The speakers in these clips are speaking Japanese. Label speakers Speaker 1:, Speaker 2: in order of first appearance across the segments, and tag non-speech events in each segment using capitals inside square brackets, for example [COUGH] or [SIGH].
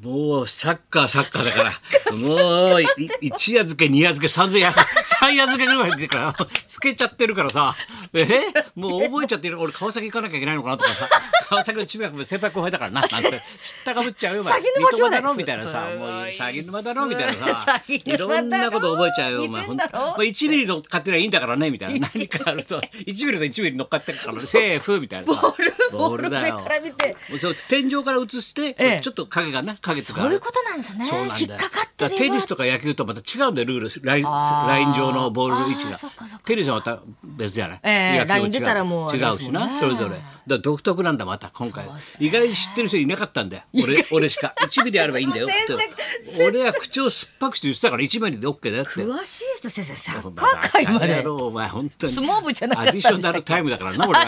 Speaker 1: もうサッカーサッカーだからもうい一夜漬け二夜漬け三夜漬け三夜漬けぐらいでからつけちゃってるからさえもう覚えちゃってる俺川崎行かなきゃいけないのかなとかさ川崎の中学の先輩後輩だからななんて知ったかぶっちゃうよお前
Speaker 2: さぎ沼兄弟
Speaker 1: 三笘だろみたいなさ
Speaker 2: すごい
Speaker 1: もう詐欺沼だろみたいなさ
Speaker 2: さぎ
Speaker 1: い
Speaker 2: 沼だろ
Speaker 1: ろんなこと覚えちゃうよお前
Speaker 2: 似て
Speaker 1: ほん
Speaker 2: ん
Speaker 1: と
Speaker 2: だろ
Speaker 1: まあ1ミリ乗っかってりゃいいんだからねみたいな何かあると1ミリと1ミリ乗っかってるからセーフみたいなさ
Speaker 2: ボール
Speaker 1: ボールだよ
Speaker 2: ボール上から見て
Speaker 1: もう [LAUGHS] そう天井から映して、
Speaker 2: ええ
Speaker 1: ちょっと影がね影とか
Speaker 2: そういうことなんですね
Speaker 1: そうなんだよ
Speaker 2: 引っかかって
Speaker 1: だ
Speaker 2: る
Speaker 1: らテニスとか野球とまた違うんだよルールライン
Speaker 2: あー
Speaker 1: ライン上のボールの位置
Speaker 2: あー
Speaker 1: が
Speaker 2: そっかそっか
Speaker 1: テニスはまた別じゃない、
Speaker 2: ええ
Speaker 1: 野球は
Speaker 2: ライン出たらもう
Speaker 1: 違う違
Speaker 2: あれ
Speaker 1: う
Speaker 2: です
Speaker 1: し
Speaker 2: もんね
Speaker 1: なそれぞれだから独特なんだまた今回、
Speaker 2: そうっすね
Speaker 1: 意外に知ってる人いなかったんだよ俺俺しか1ミリあればいいんだ
Speaker 2: [LAUGHS]
Speaker 1: よ
Speaker 2: 先
Speaker 1: って俺は口を酸っぱくして言ってたから1ミリで OK だよって
Speaker 2: 詳しい人先生サッカー界ま
Speaker 1: や
Speaker 2: で
Speaker 1: ろお前本当に
Speaker 2: 相撲部じゃなかった
Speaker 1: ア
Speaker 2: ん
Speaker 1: デ
Speaker 2: で
Speaker 1: ィ
Speaker 2: し
Speaker 1: シ
Speaker 2: た
Speaker 1: ョ
Speaker 2: っけ
Speaker 1: ナルタイムだからな俺は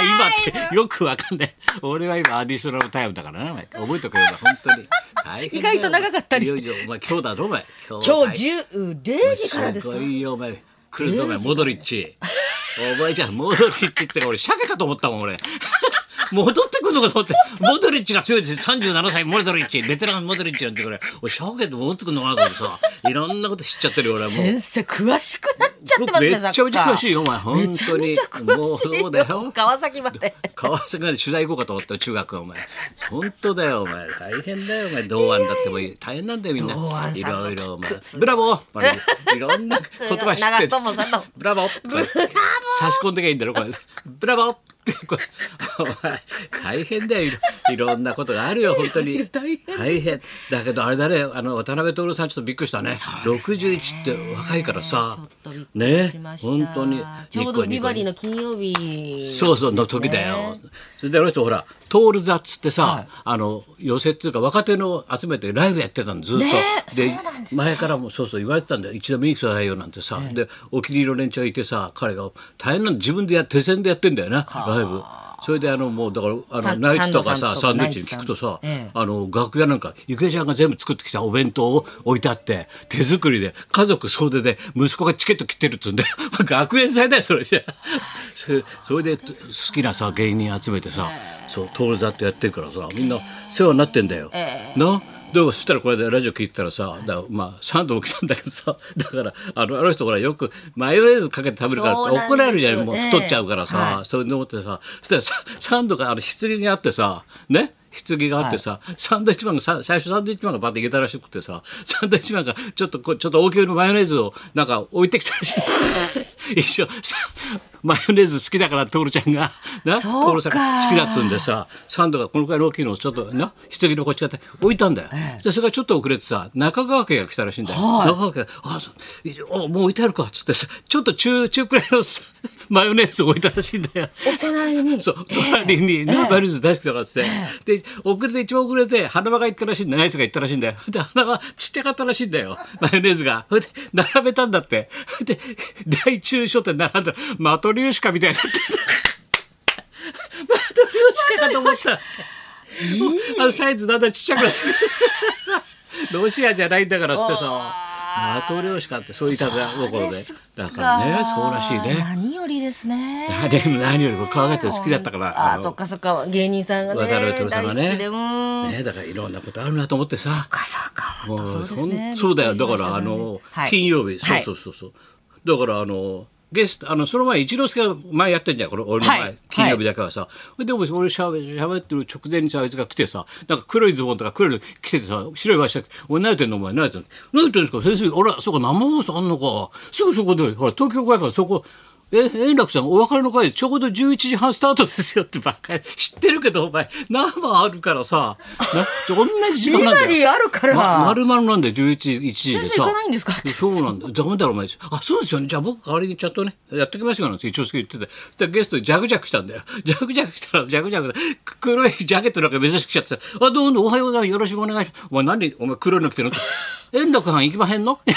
Speaker 1: 今
Speaker 2: アディショナ
Speaker 1: 俺は
Speaker 2: ルタイム
Speaker 1: 今ってよくわかんない俺は今アディショナルタイムだからなお前覚えとけよお前本当に大変だよ
Speaker 2: 意外と長かったりして
Speaker 1: いよいよお前今日だぞお前
Speaker 2: 今
Speaker 1: 大
Speaker 2: 日10零時からです
Speaker 1: す
Speaker 2: か
Speaker 1: ごいよお前来るぞお前モドリッチお前じゃんモドリッチって俺鮭かと思ったもん俺戻ってくるのかと思ってモドリッチが強いです37歳モドリッチベテランモドリッチなんてこれ俺鮭って戻ってくるのかなと思ってさいろんなこと知っちゃってるよ俺はもう
Speaker 2: 先生詳しくなっちゃってますね
Speaker 1: めっちゃめちゃ詳しいよお前
Speaker 2: サッカ
Speaker 1: 本
Speaker 2: ー
Speaker 1: 当に
Speaker 2: めちゃめちゃ
Speaker 1: もう
Speaker 2: 詳しい
Speaker 1: そうだよ
Speaker 2: よ川崎まで
Speaker 1: 川崎まで取材行こうかと思ったよ中学はお前本当だよお前大変だよお前同案だってもいい大変なんだよみんな
Speaker 2: 堂安
Speaker 1: い
Speaker 2: さんの
Speaker 1: ろいろお前
Speaker 2: 靴
Speaker 1: ブラボーまるでいろんな言葉知っ
Speaker 2: 長
Speaker 1: て
Speaker 2: 友さんの
Speaker 1: ブラボーブラボー差し込んできゃいいんだろこれブラボーってこれお前大変だよいろんなことがあるよ本当に
Speaker 2: 大変
Speaker 1: 大変だけどあれだねあの渡辺徹さんちょっとびっくりしたね61って若いからさ
Speaker 2: ちょっとびっくり
Speaker 1: ね
Speaker 2: しました
Speaker 1: 本当に
Speaker 2: ちょうどビバリーの金曜日ですね
Speaker 1: そうそうの時だよ。それであの人ほら「トールザ」っつってさ、あの寄せっていうか若手の集めてライブやってたのずっと。
Speaker 2: ねえ
Speaker 1: で
Speaker 2: そうなんですね
Speaker 1: 前からもそうそう言われてたんだよ一度見に来てくださいよなんてさ、でお気に入りの連中がいてさ彼が大変なの自分でや手線でやってんだよなライブ。それであのもうだからあ
Speaker 2: サ
Speaker 1: のナイツとか
Speaker 2: サン
Speaker 1: さ
Speaker 2: ド
Speaker 1: サンド
Speaker 2: さんとか
Speaker 1: イッチに聞くとさ、
Speaker 2: ナイツさんええ
Speaker 1: あの楽屋なんか郁恵ちゃんが全部作ってきたお弁当を置いてあって手作りで家族総出で息子がチケット切ってるっつうんで [LAUGHS] 学園祭だよそれじゃそれそれで好きなさ芸人集めてさそう徹ールってやってるからさみんな世話になってんだよ。なでもそしたらこれでラジオ聞いてたらさだまあ3度起きたんだけどさだからあのあの人ほらよくマヨネーズかけて食べるからって
Speaker 2: そうなんです
Speaker 1: 怒
Speaker 2: よ
Speaker 1: られるじゃんもう
Speaker 2: ええ
Speaker 1: 太っちゃうからさ、
Speaker 2: はい
Speaker 1: それで思ってさそしたらさサンドがあの棺があってさね棺があってさ、サンドイッチマンがさ最初サンドイッチマンがバッていけたらしくてさサンドイッチマンがちょっとこうちょっと大きめのマヨネーズをなんか置いてきたらし
Speaker 2: [LAUGHS]
Speaker 1: い一緒さマヨネーズ好きだからトールちゃんがなト
Speaker 2: そうか
Speaker 1: ールさんが好きだっつうんでさサンドがこのくらいの大きいのをちょっとな棺のこっち側で置いたんだよ、でそれがちょっと遅れてさ中川家が来たらしいんだよ、中川家があそういあもう置いてあるかっつってさちょっと中中くらいのさ [LAUGHS] マヨネーズを置いたらしいんだよ
Speaker 2: お供えに
Speaker 1: そう、隣にね、マヨネーズ大好きだからっつって、で、遅れて、一番遅れて、花輪が行ったらしいんだよ、ナイツが行ったらしいんだよ。で、花輪、ちっちゃかったらしいんだよ、マヨネーズが。それで、並べたんだって。それで、大中小って並んだ、マトリューシカみたいになってた。マトリューシカかと思った。あのサイズだんだんちっちゃくなってくるロシアじゃないんだからっつってさマトリョーシカってそういう食べ心でだからねそうらしいね
Speaker 2: 何よりですね
Speaker 1: 何より何より川上って好きだったから
Speaker 2: あ
Speaker 1: あの
Speaker 2: そっかそっか芸人さんがね
Speaker 1: 渡辺徹さんが
Speaker 2: 大好
Speaker 1: ね
Speaker 2: きでうん
Speaker 1: ねだからいろんなことあるなと思ってさ
Speaker 2: かさか
Speaker 1: もう
Speaker 2: そうです
Speaker 1: ほん
Speaker 2: ね
Speaker 1: そうだよだか
Speaker 2: びっ
Speaker 1: らあ
Speaker 2: くりしましたね
Speaker 1: の、
Speaker 2: はい
Speaker 1: 金曜日そ
Speaker 2: は
Speaker 1: う
Speaker 2: い
Speaker 1: そうそうそう、だからあのゲストあのその前一之輔が前やってんじゃんこれ俺の前、
Speaker 2: はい
Speaker 1: 金曜日だけはさ、でも俺しゃべってる直前にさあいつが来てさなんか黒いズボンとか黒いの着ててさ白いワイシャツ着て「おい慣れてんのお前慣れてんの慣れてんですか先生俺そうか生放送あんのかすぐそこでほら東京会からそこえ円楽さんお別れの会ちょうど11時半スタートですよ」ってばっかり知ってるけどお前生あるからさな同じ時間なんだよ。
Speaker 2: ビバリーあるから
Speaker 1: ま丸々なんだよ11時1時でさ
Speaker 2: 先生行かないんですかって
Speaker 1: そうなんだよダメだろお前あそうですよねじゃあ僕代わりにちゃんとねやってきますよなんて一之輔言っててそしたらゲストでジャグジャグしたんだよ [LAUGHS] ジャグジャグしたらジャグジャグで黒いジャケットなんか珍しくしちゃってさあどうもどうもおはようございますよろしくお願いしますお前何お前黒いの着て
Speaker 2: [LAUGHS]
Speaker 1: るの円楽班行きまへんの [LAUGHS] 円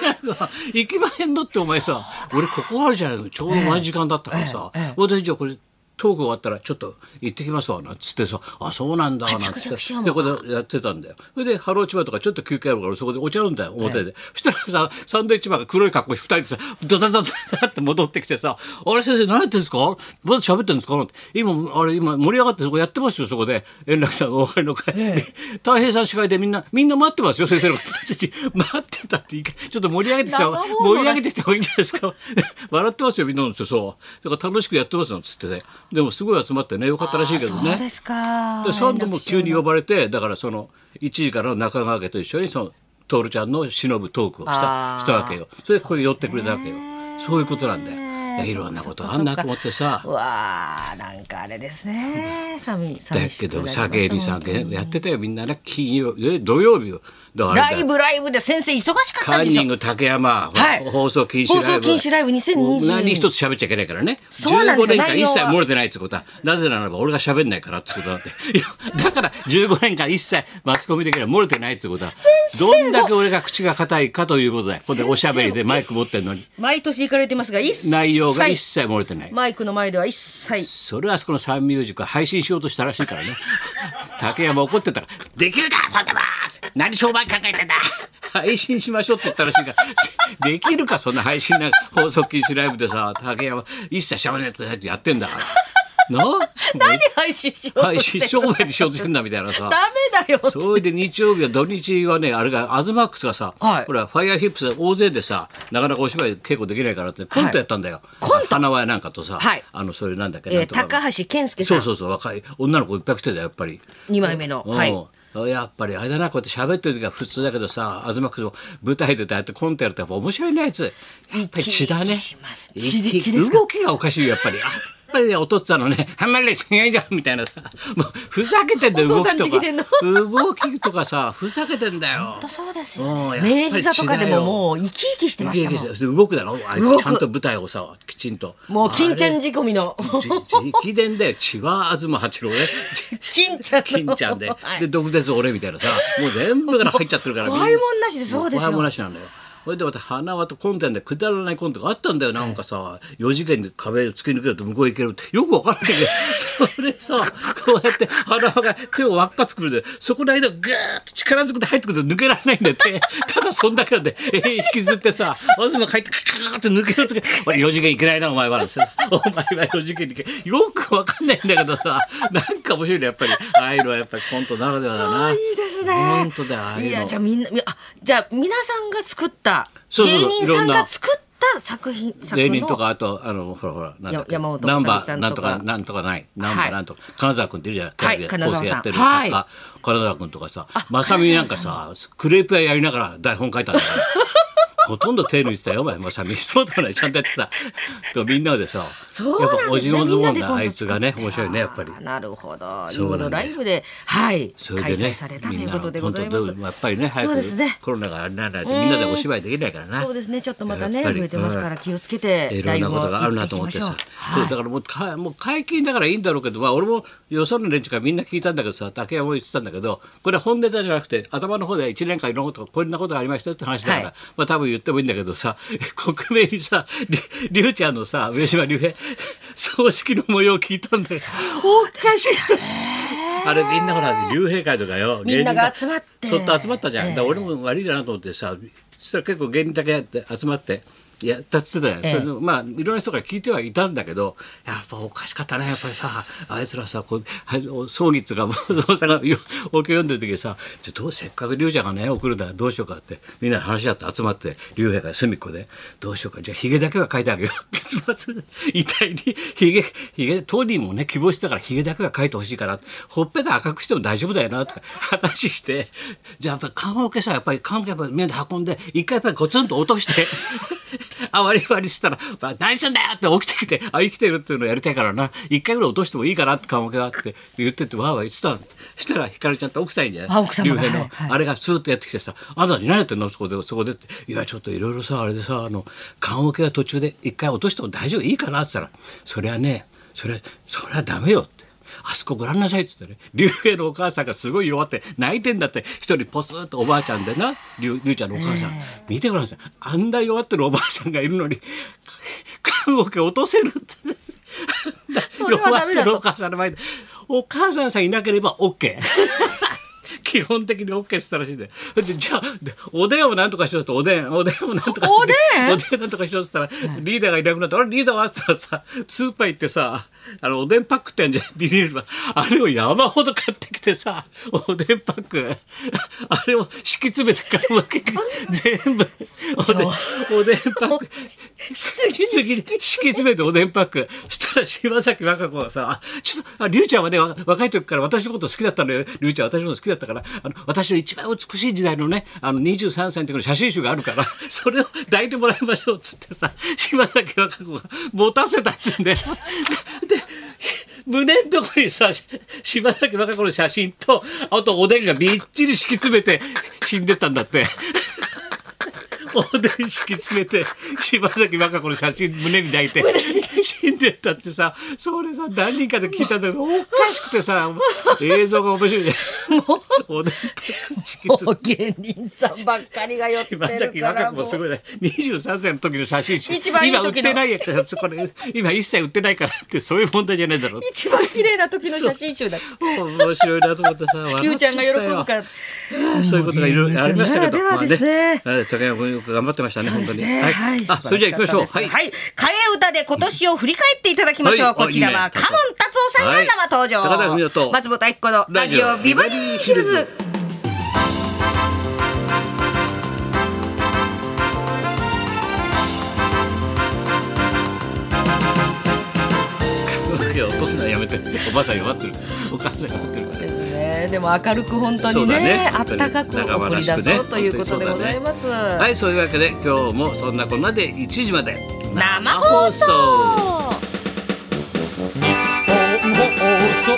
Speaker 1: 楽班行きまへんのってお前さ俺ここあるじゃないのちょうど同じ時間だったからさ、私じゃあこれトーク終わったらちょっと行ってきますわなんつってさあそうなんだなんつ
Speaker 2: あ
Speaker 1: っ
Speaker 2: 着々しよう
Speaker 1: てでこれでやってたんだよそれでハローチマとかちょっと休憩あるからそこでお茶飲んだよ表で、そしたらさサンドイッチマンが黒い格好して二人でさドタドタドタって戻ってきてさ「あれ先生何やってんですかまだ喋ってんですか?」なんて今あれ今盛り上がってそこやってますよそこで円楽さんお別れの会、太平さん司会でみんなみんな待ってますよ先生のことたち待ってたっていいかちょっと盛り上げてきた
Speaker 2: 生放送
Speaker 1: 盛
Speaker 2: だし
Speaker 1: り上げてきた方がいいんじゃないですか笑ってますよみんなのそうそうだから楽しくやってますなんつってねでもすごい集まってねよかったらしいけど
Speaker 2: あ
Speaker 1: ね
Speaker 2: そうですか
Speaker 1: でサンドも急に呼ばれてだからその1時からの中川家と一緒にその徹ちゃんの忍ぶトークをした
Speaker 2: あー
Speaker 1: したわけよそれでこれ寄ってくれたわけよ
Speaker 2: ね
Speaker 1: そういうことなんだよいやいろんなことあんなと思ってさ
Speaker 2: うわあなんかあれですね寂
Speaker 1: だ
Speaker 2: 寂し
Speaker 1: け
Speaker 2: くなり
Speaker 1: ど
Speaker 2: ます
Speaker 1: さ芸人さん
Speaker 2: 本当に
Speaker 1: やってたよみんなね金曜え土曜日よだからあ
Speaker 2: ラ
Speaker 1: れだよ
Speaker 2: イブライブで先生忙しかった
Speaker 1: カ
Speaker 2: ん
Speaker 1: ン
Speaker 2: でし
Speaker 1: ニ
Speaker 2: ょ
Speaker 1: ング竹山、
Speaker 2: はい
Speaker 1: 放送禁止ライブ
Speaker 2: 放送禁止ライブ2020
Speaker 1: 何一つ喋っちゃいけないからね
Speaker 2: そうなんです
Speaker 1: 15
Speaker 2: よ
Speaker 1: 年間
Speaker 2: 内
Speaker 1: 一
Speaker 2: 容は
Speaker 1: 切漏れてないってことはなぜならば俺が喋んないからってことだっていやだから15年間一切マスコミ的には漏れてないってことはどんだけ俺が口が硬いかということだよほんでおしゃべりでマイク持ってんのに
Speaker 2: 毎年行かれてますが一切
Speaker 1: 内容が一切漏れてない
Speaker 2: マイクの前では一切
Speaker 1: それはあそこのサンミュージック配信しようとしたらしい
Speaker 2: [LAUGHS]
Speaker 1: からね竹山怒ってたから「できるかそんなもん何商売考えてんだ配信しましょう」って言ったらしいからできるかそんな配信なんか放送禁止ライブでさ竹山一切しゃべらないとってやってんだからなあ
Speaker 2: 何配信しようとしてる
Speaker 1: 配信商売にしようとしてんだみたいなさ
Speaker 2: ダメだよ
Speaker 1: それで日曜日は土日はねあれがアズマックスがさ、
Speaker 2: はい
Speaker 1: ほらファイヤーヒップスが大勢でさなかなかお芝居結構できないからってコントやったんだよ、
Speaker 2: コント
Speaker 1: 花輪やなんかとさ、
Speaker 2: はい
Speaker 1: あのそれなんだっけ、
Speaker 2: え
Speaker 1: な
Speaker 2: ー
Speaker 1: んとか
Speaker 2: 高橋健介さ
Speaker 1: そ
Speaker 2: ん
Speaker 1: うそうそう若い女の子いっぱい来てたよやっぱり。
Speaker 2: 二枚目の
Speaker 1: うん
Speaker 2: はい
Speaker 1: やっぱりあれだなこうやって喋ってる時は普通だけどさ東君も舞台でだってコントやるとやっぱ面白いねあいつやっぱり血だね
Speaker 2: 生き生きします血で
Speaker 1: 生き
Speaker 2: 血ですか
Speaker 1: 動きがおかしいよやっぱりあやっぱりねお父っつぁんのね「あんまり違いだ」みたいなさもうふざけてんだよ動
Speaker 2: お
Speaker 1: き
Speaker 2: 父さん
Speaker 1: と
Speaker 2: 的での
Speaker 1: か動きとかさふざけてんだよ
Speaker 2: 本当そうですよ、
Speaker 1: うんや
Speaker 2: ね、
Speaker 1: っぱり
Speaker 2: 明治座とかで
Speaker 1: 違うよ
Speaker 2: ももう生き生きしてましたもん
Speaker 1: そして動くだろあいつ
Speaker 2: 動く
Speaker 1: ちゃんと舞台をさきちんと
Speaker 2: もう金ちゃ
Speaker 1: あ
Speaker 2: ん
Speaker 1: れ
Speaker 2: 仕込みの
Speaker 1: じ直伝で血は東八郎ね
Speaker 2: 金ちゃんの
Speaker 1: 金ちゃんで、
Speaker 2: [LAUGHS] はい
Speaker 1: で毒舌俺みたいなさもう全部から入っちゃってるからみん
Speaker 2: 怖いもんなしでそうですよ
Speaker 1: 怖いもんなしなんだよそれでまた花輪とコンテンでくだらないコントがあったんだよなんかさ4次元で壁を突き抜けると向こう行けるってよく分からないけどそれさこうやって花輪が手を輪っか作るでそこの間グーッと力ずくで入ってくると抜けられないんだよってただそんだけなんでえー引きずってさ東が入ってカーッと抜けるつけ「おい4次元行けないなお前は」なんてお前は4次元に行けよく分かんないんだけどさなんか面白いねやっぱりああいうのはやっぱりコントならではだな。
Speaker 2: いいですね
Speaker 1: 本当だよああいうの
Speaker 2: いやじゃあみんなみあじゃあ皆さんが作った
Speaker 1: そうそうそう
Speaker 2: 芸人さん
Speaker 1: いろんな
Speaker 2: が作った作品作
Speaker 1: 芸
Speaker 2: の
Speaker 1: 人とかあとあのほらほらなんだっけ
Speaker 2: 山本
Speaker 1: ナン
Speaker 2: さ
Speaker 1: バ
Speaker 2: んさ
Speaker 1: ー
Speaker 2: ん
Speaker 1: なんと
Speaker 2: とか
Speaker 1: かなんとかないナンバ
Speaker 2: は
Speaker 1: ー
Speaker 2: い
Speaker 1: なんとか金沢君っているじゃん
Speaker 2: はい
Speaker 1: テレビ
Speaker 2: 金
Speaker 1: 構
Speaker 2: 沢さん
Speaker 1: 成やってる作
Speaker 2: はい
Speaker 1: 家金沢君とかさ
Speaker 2: あ
Speaker 1: まさみなんかさクレープ屋やりながら台本書いたんだから [LAUGHS] ほとんど手抜いてたよお前まさみそうだよねちゃんとやってさとみんなでさ
Speaker 2: そうなん
Speaker 1: やっ
Speaker 2: ですね
Speaker 1: ぱおじのズボン
Speaker 2: みんなで
Speaker 1: だ
Speaker 2: 今
Speaker 1: あ
Speaker 2: 度
Speaker 1: いつがね
Speaker 2: 作って
Speaker 1: 面白いねやっぱり
Speaker 2: あーなるほど
Speaker 1: そう
Speaker 2: 今
Speaker 1: なんだよ
Speaker 2: のライブではい
Speaker 1: それ
Speaker 2: 開
Speaker 1: でね
Speaker 2: 催されたということでございま
Speaker 1: みんな本当
Speaker 2: す
Speaker 1: どうやっぱりね早
Speaker 2: そう
Speaker 1: く
Speaker 2: ですね
Speaker 1: コロナがあれならないとみんなでお芝居できないからな
Speaker 2: そうですねちょっとまた
Speaker 1: や
Speaker 2: ね
Speaker 1: っぱり
Speaker 2: 増えてますから気をつけて
Speaker 1: いろ
Speaker 2: ラ
Speaker 1: ん
Speaker 2: イ
Speaker 1: な
Speaker 2: ブ
Speaker 1: こ
Speaker 2: を
Speaker 1: とがある
Speaker 2: 行っ
Speaker 1: な
Speaker 2: て
Speaker 1: と
Speaker 2: き
Speaker 1: 思っ
Speaker 2: ま
Speaker 1: て
Speaker 2: しょう
Speaker 1: さ、
Speaker 2: は
Speaker 1: そうだからもうかもう解禁だからいいんだろうけど、まあ、俺もよその連中からみんな聞いたんだけどさ竹山も言ってたんだけどこれは本ネタじゃなくて頭の方で1年間いろんなことこんなことがありましたよって話だから、
Speaker 2: はい
Speaker 1: まあ多分言ってもいいんだけどさ [LAUGHS] 国名にさりりゅうちゃんのさ上島竜兵葬式の模様を聞いたんだよ。おかしいあれみんなほら竜兵会とかよ
Speaker 2: みんなが集まって
Speaker 1: そっと集まったじゃん、
Speaker 2: ええ
Speaker 1: だから俺も悪いなと思ってさそしたら結構芸人だけ集まってやったっつってたよ、
Speaker 2: ええ
Speaker 1: それのまあいろんな人から聞いてはいたんだけどやっぱおかしかったねやっぱりさあいつらさこうあの葬儀っつうか [LAUGHS] 松本さんがよお経読んでる時にさじゃあどうせっかく龍ちゃんがね送るならどうしようかってみんなで話し合って集まって龍平が隅っこでどうしようかじゃあひげだけは書いてあげようって [LAUGHS] つまず遺体にひげひげ当人もね希望してたからひげだけは書いてほしいからほっぺた赤くしても大丈夫だよなとか話してじゃあやっぱり棺桶さやっぱり棺桶やっぱりみんなで運んで一回やっぱりゴツンと落として。 [LAUGHS] あわりわりしたら「まあ、何すんだよ!」って起きてきて「あ生きてる」っていうのをやりたいからな一回ぐらい落としてもいいかなって顔があって言ってってわーわー言ってたのしたらひかるちゃんと奥さんいんじゃない
Speaker 2: あ奥様
Speaker 1: 竜
Speaker 2: が
Speaker 1: 兵の、
Speaker 2: はいはい
Speaker 1: あれがスーッとやってきてさ「あんた何やってんのそこでそこで」って「いやちょっといろいろさあれでさあの棺桶が途中で一回落としても大丈夫いいかな?」って言ったら「それはねそれそれはダメよ」って。あそこご覧なさいっつってね竜兵のお母さんがすごい弱って泣いてんだって一人ポスッとおばあちゃんでな竜竜ちゃんのお母さん、見てごらんなさいあんな弱ってるおばあさんがいるのに棺桶落とせるって
Speaker 2: それは
Speaker 1: [LAUGHS]
Speaker 2: ダメだと
Speaker 1: お母さんの前でお母さんさえいなければ OK 基本的に OK って言ったらしいんだよでじゃあおでんをなんとかしようっておでんおでんをなんとかして
Speaker 2: おでん
Speaker 1: おでんなんとかしようって言ったらリーダーがいなくなって「あれリーダーは?」って言ったらさスーパー行ってさあのおでんパックってあるじゃんビニールのあれを山ほど買ってきてさおでんパックあれを敷き詰めて買うわけ全部おでんおでんパック次に敷き詰めておでんパックしたら柴崎和歌子はさ「ちょっとあ龍ちゃんはねわ若い時から私のこと好きだったのよ龍ちゃんは私のこと好きだったからあの私の一番美しい時代のねあの23歳の時の写真集があるから [LAUGHS] それを抱いてもらいましょう」っつってさ柴崎和歌子が持たせたっつうんで。で胸のとこにさ柴崎和歌子の写真とあとおでんがびっちり敷き詰めて死んでったんだって。 [LAUGHS] おでん敷き詰めて柴崎和歌子の写真胸に抱いて死んでったってさそれさ何人かで聞いたんだけどおかしくてさ映像が面白いねおでん敷き詰めて
Speaker 2: もう芸人さんばっかりが寄ってる
Speaker 1: 柴崎
Speaker 2: か
Speaker 1: 和
Speaker 2: ら
Speaker 1: 歌
Speaker 2: も
Speaker 1: 子
Speaker 2: う
Speaker 1: すごいね23歳の時の写真集
Speaker 2: 一番いい時の
Speaker 1: 今売ってないやつだこれ今一切売ってないからってそういう問題じゃないだろうって
Speaker 2: 一番綺麗な時の写真集だ
Speaker 1: 面白いなと思ってさ笑っ
Speaker 2: ゆうちゃんが喜
Speaker 1: ちゃっ
Speaker 2: ぶ
Speaker 1: た
Speaker 2: か
Speaker 1: よ
Speaker 2: ら
Speaker 1: そういうことがいろいろありましたけど
Speaker 2: ならではですね
Speaker 1: まあね高山君よく頑張ってましたね
Speaker 2: そう
Speaker 1: 本
Speaker 2: で
Speaker 1: 当
Speaker 2: す
Speaker 1: に
Speaker 2: ねはい、
Speaker 1: あそれじゃあ行きましょう
Speaker 2: 素晴らかっ
Speaker 1: はい
Speaker 2: たですはい、替え歌で今年を振り返っていただきましょう。
Speaker 1: はい
Speaker 2: こちらは、
Speaker 1: おいいね
Speaker 2: カモン達夫さんが生登場。
Speaker 1: はい高田文夫と
Speaker 2: 松本明子のラジオビバリーヒルズ。
Speaker 1: いや落とす [LAUGHS] のはやめておばあさん弱ってるお母さん弱ってるから
Speaker 2: ですね。でも明るく本当
Speaker 1: そう
Speaker 2: に
Speaker 1: だね
Speaker 2: ね、あったかく
Speaker 1: 仲間
Speaker 2: 送
Speaker 1: ら
Speaker 2: り
Speaker 1: しく
Speaker 2: 出
Speaker 1: ね
Speaker 2: そうということでございます。
Speaker 1: はいそういうわけで今日もそんなこんなで1時まで
Speaker 2: 生放送。
Speaker 3: 日本放送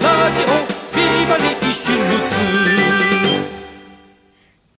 Speaker 3: ラジオビバリーヒルズ」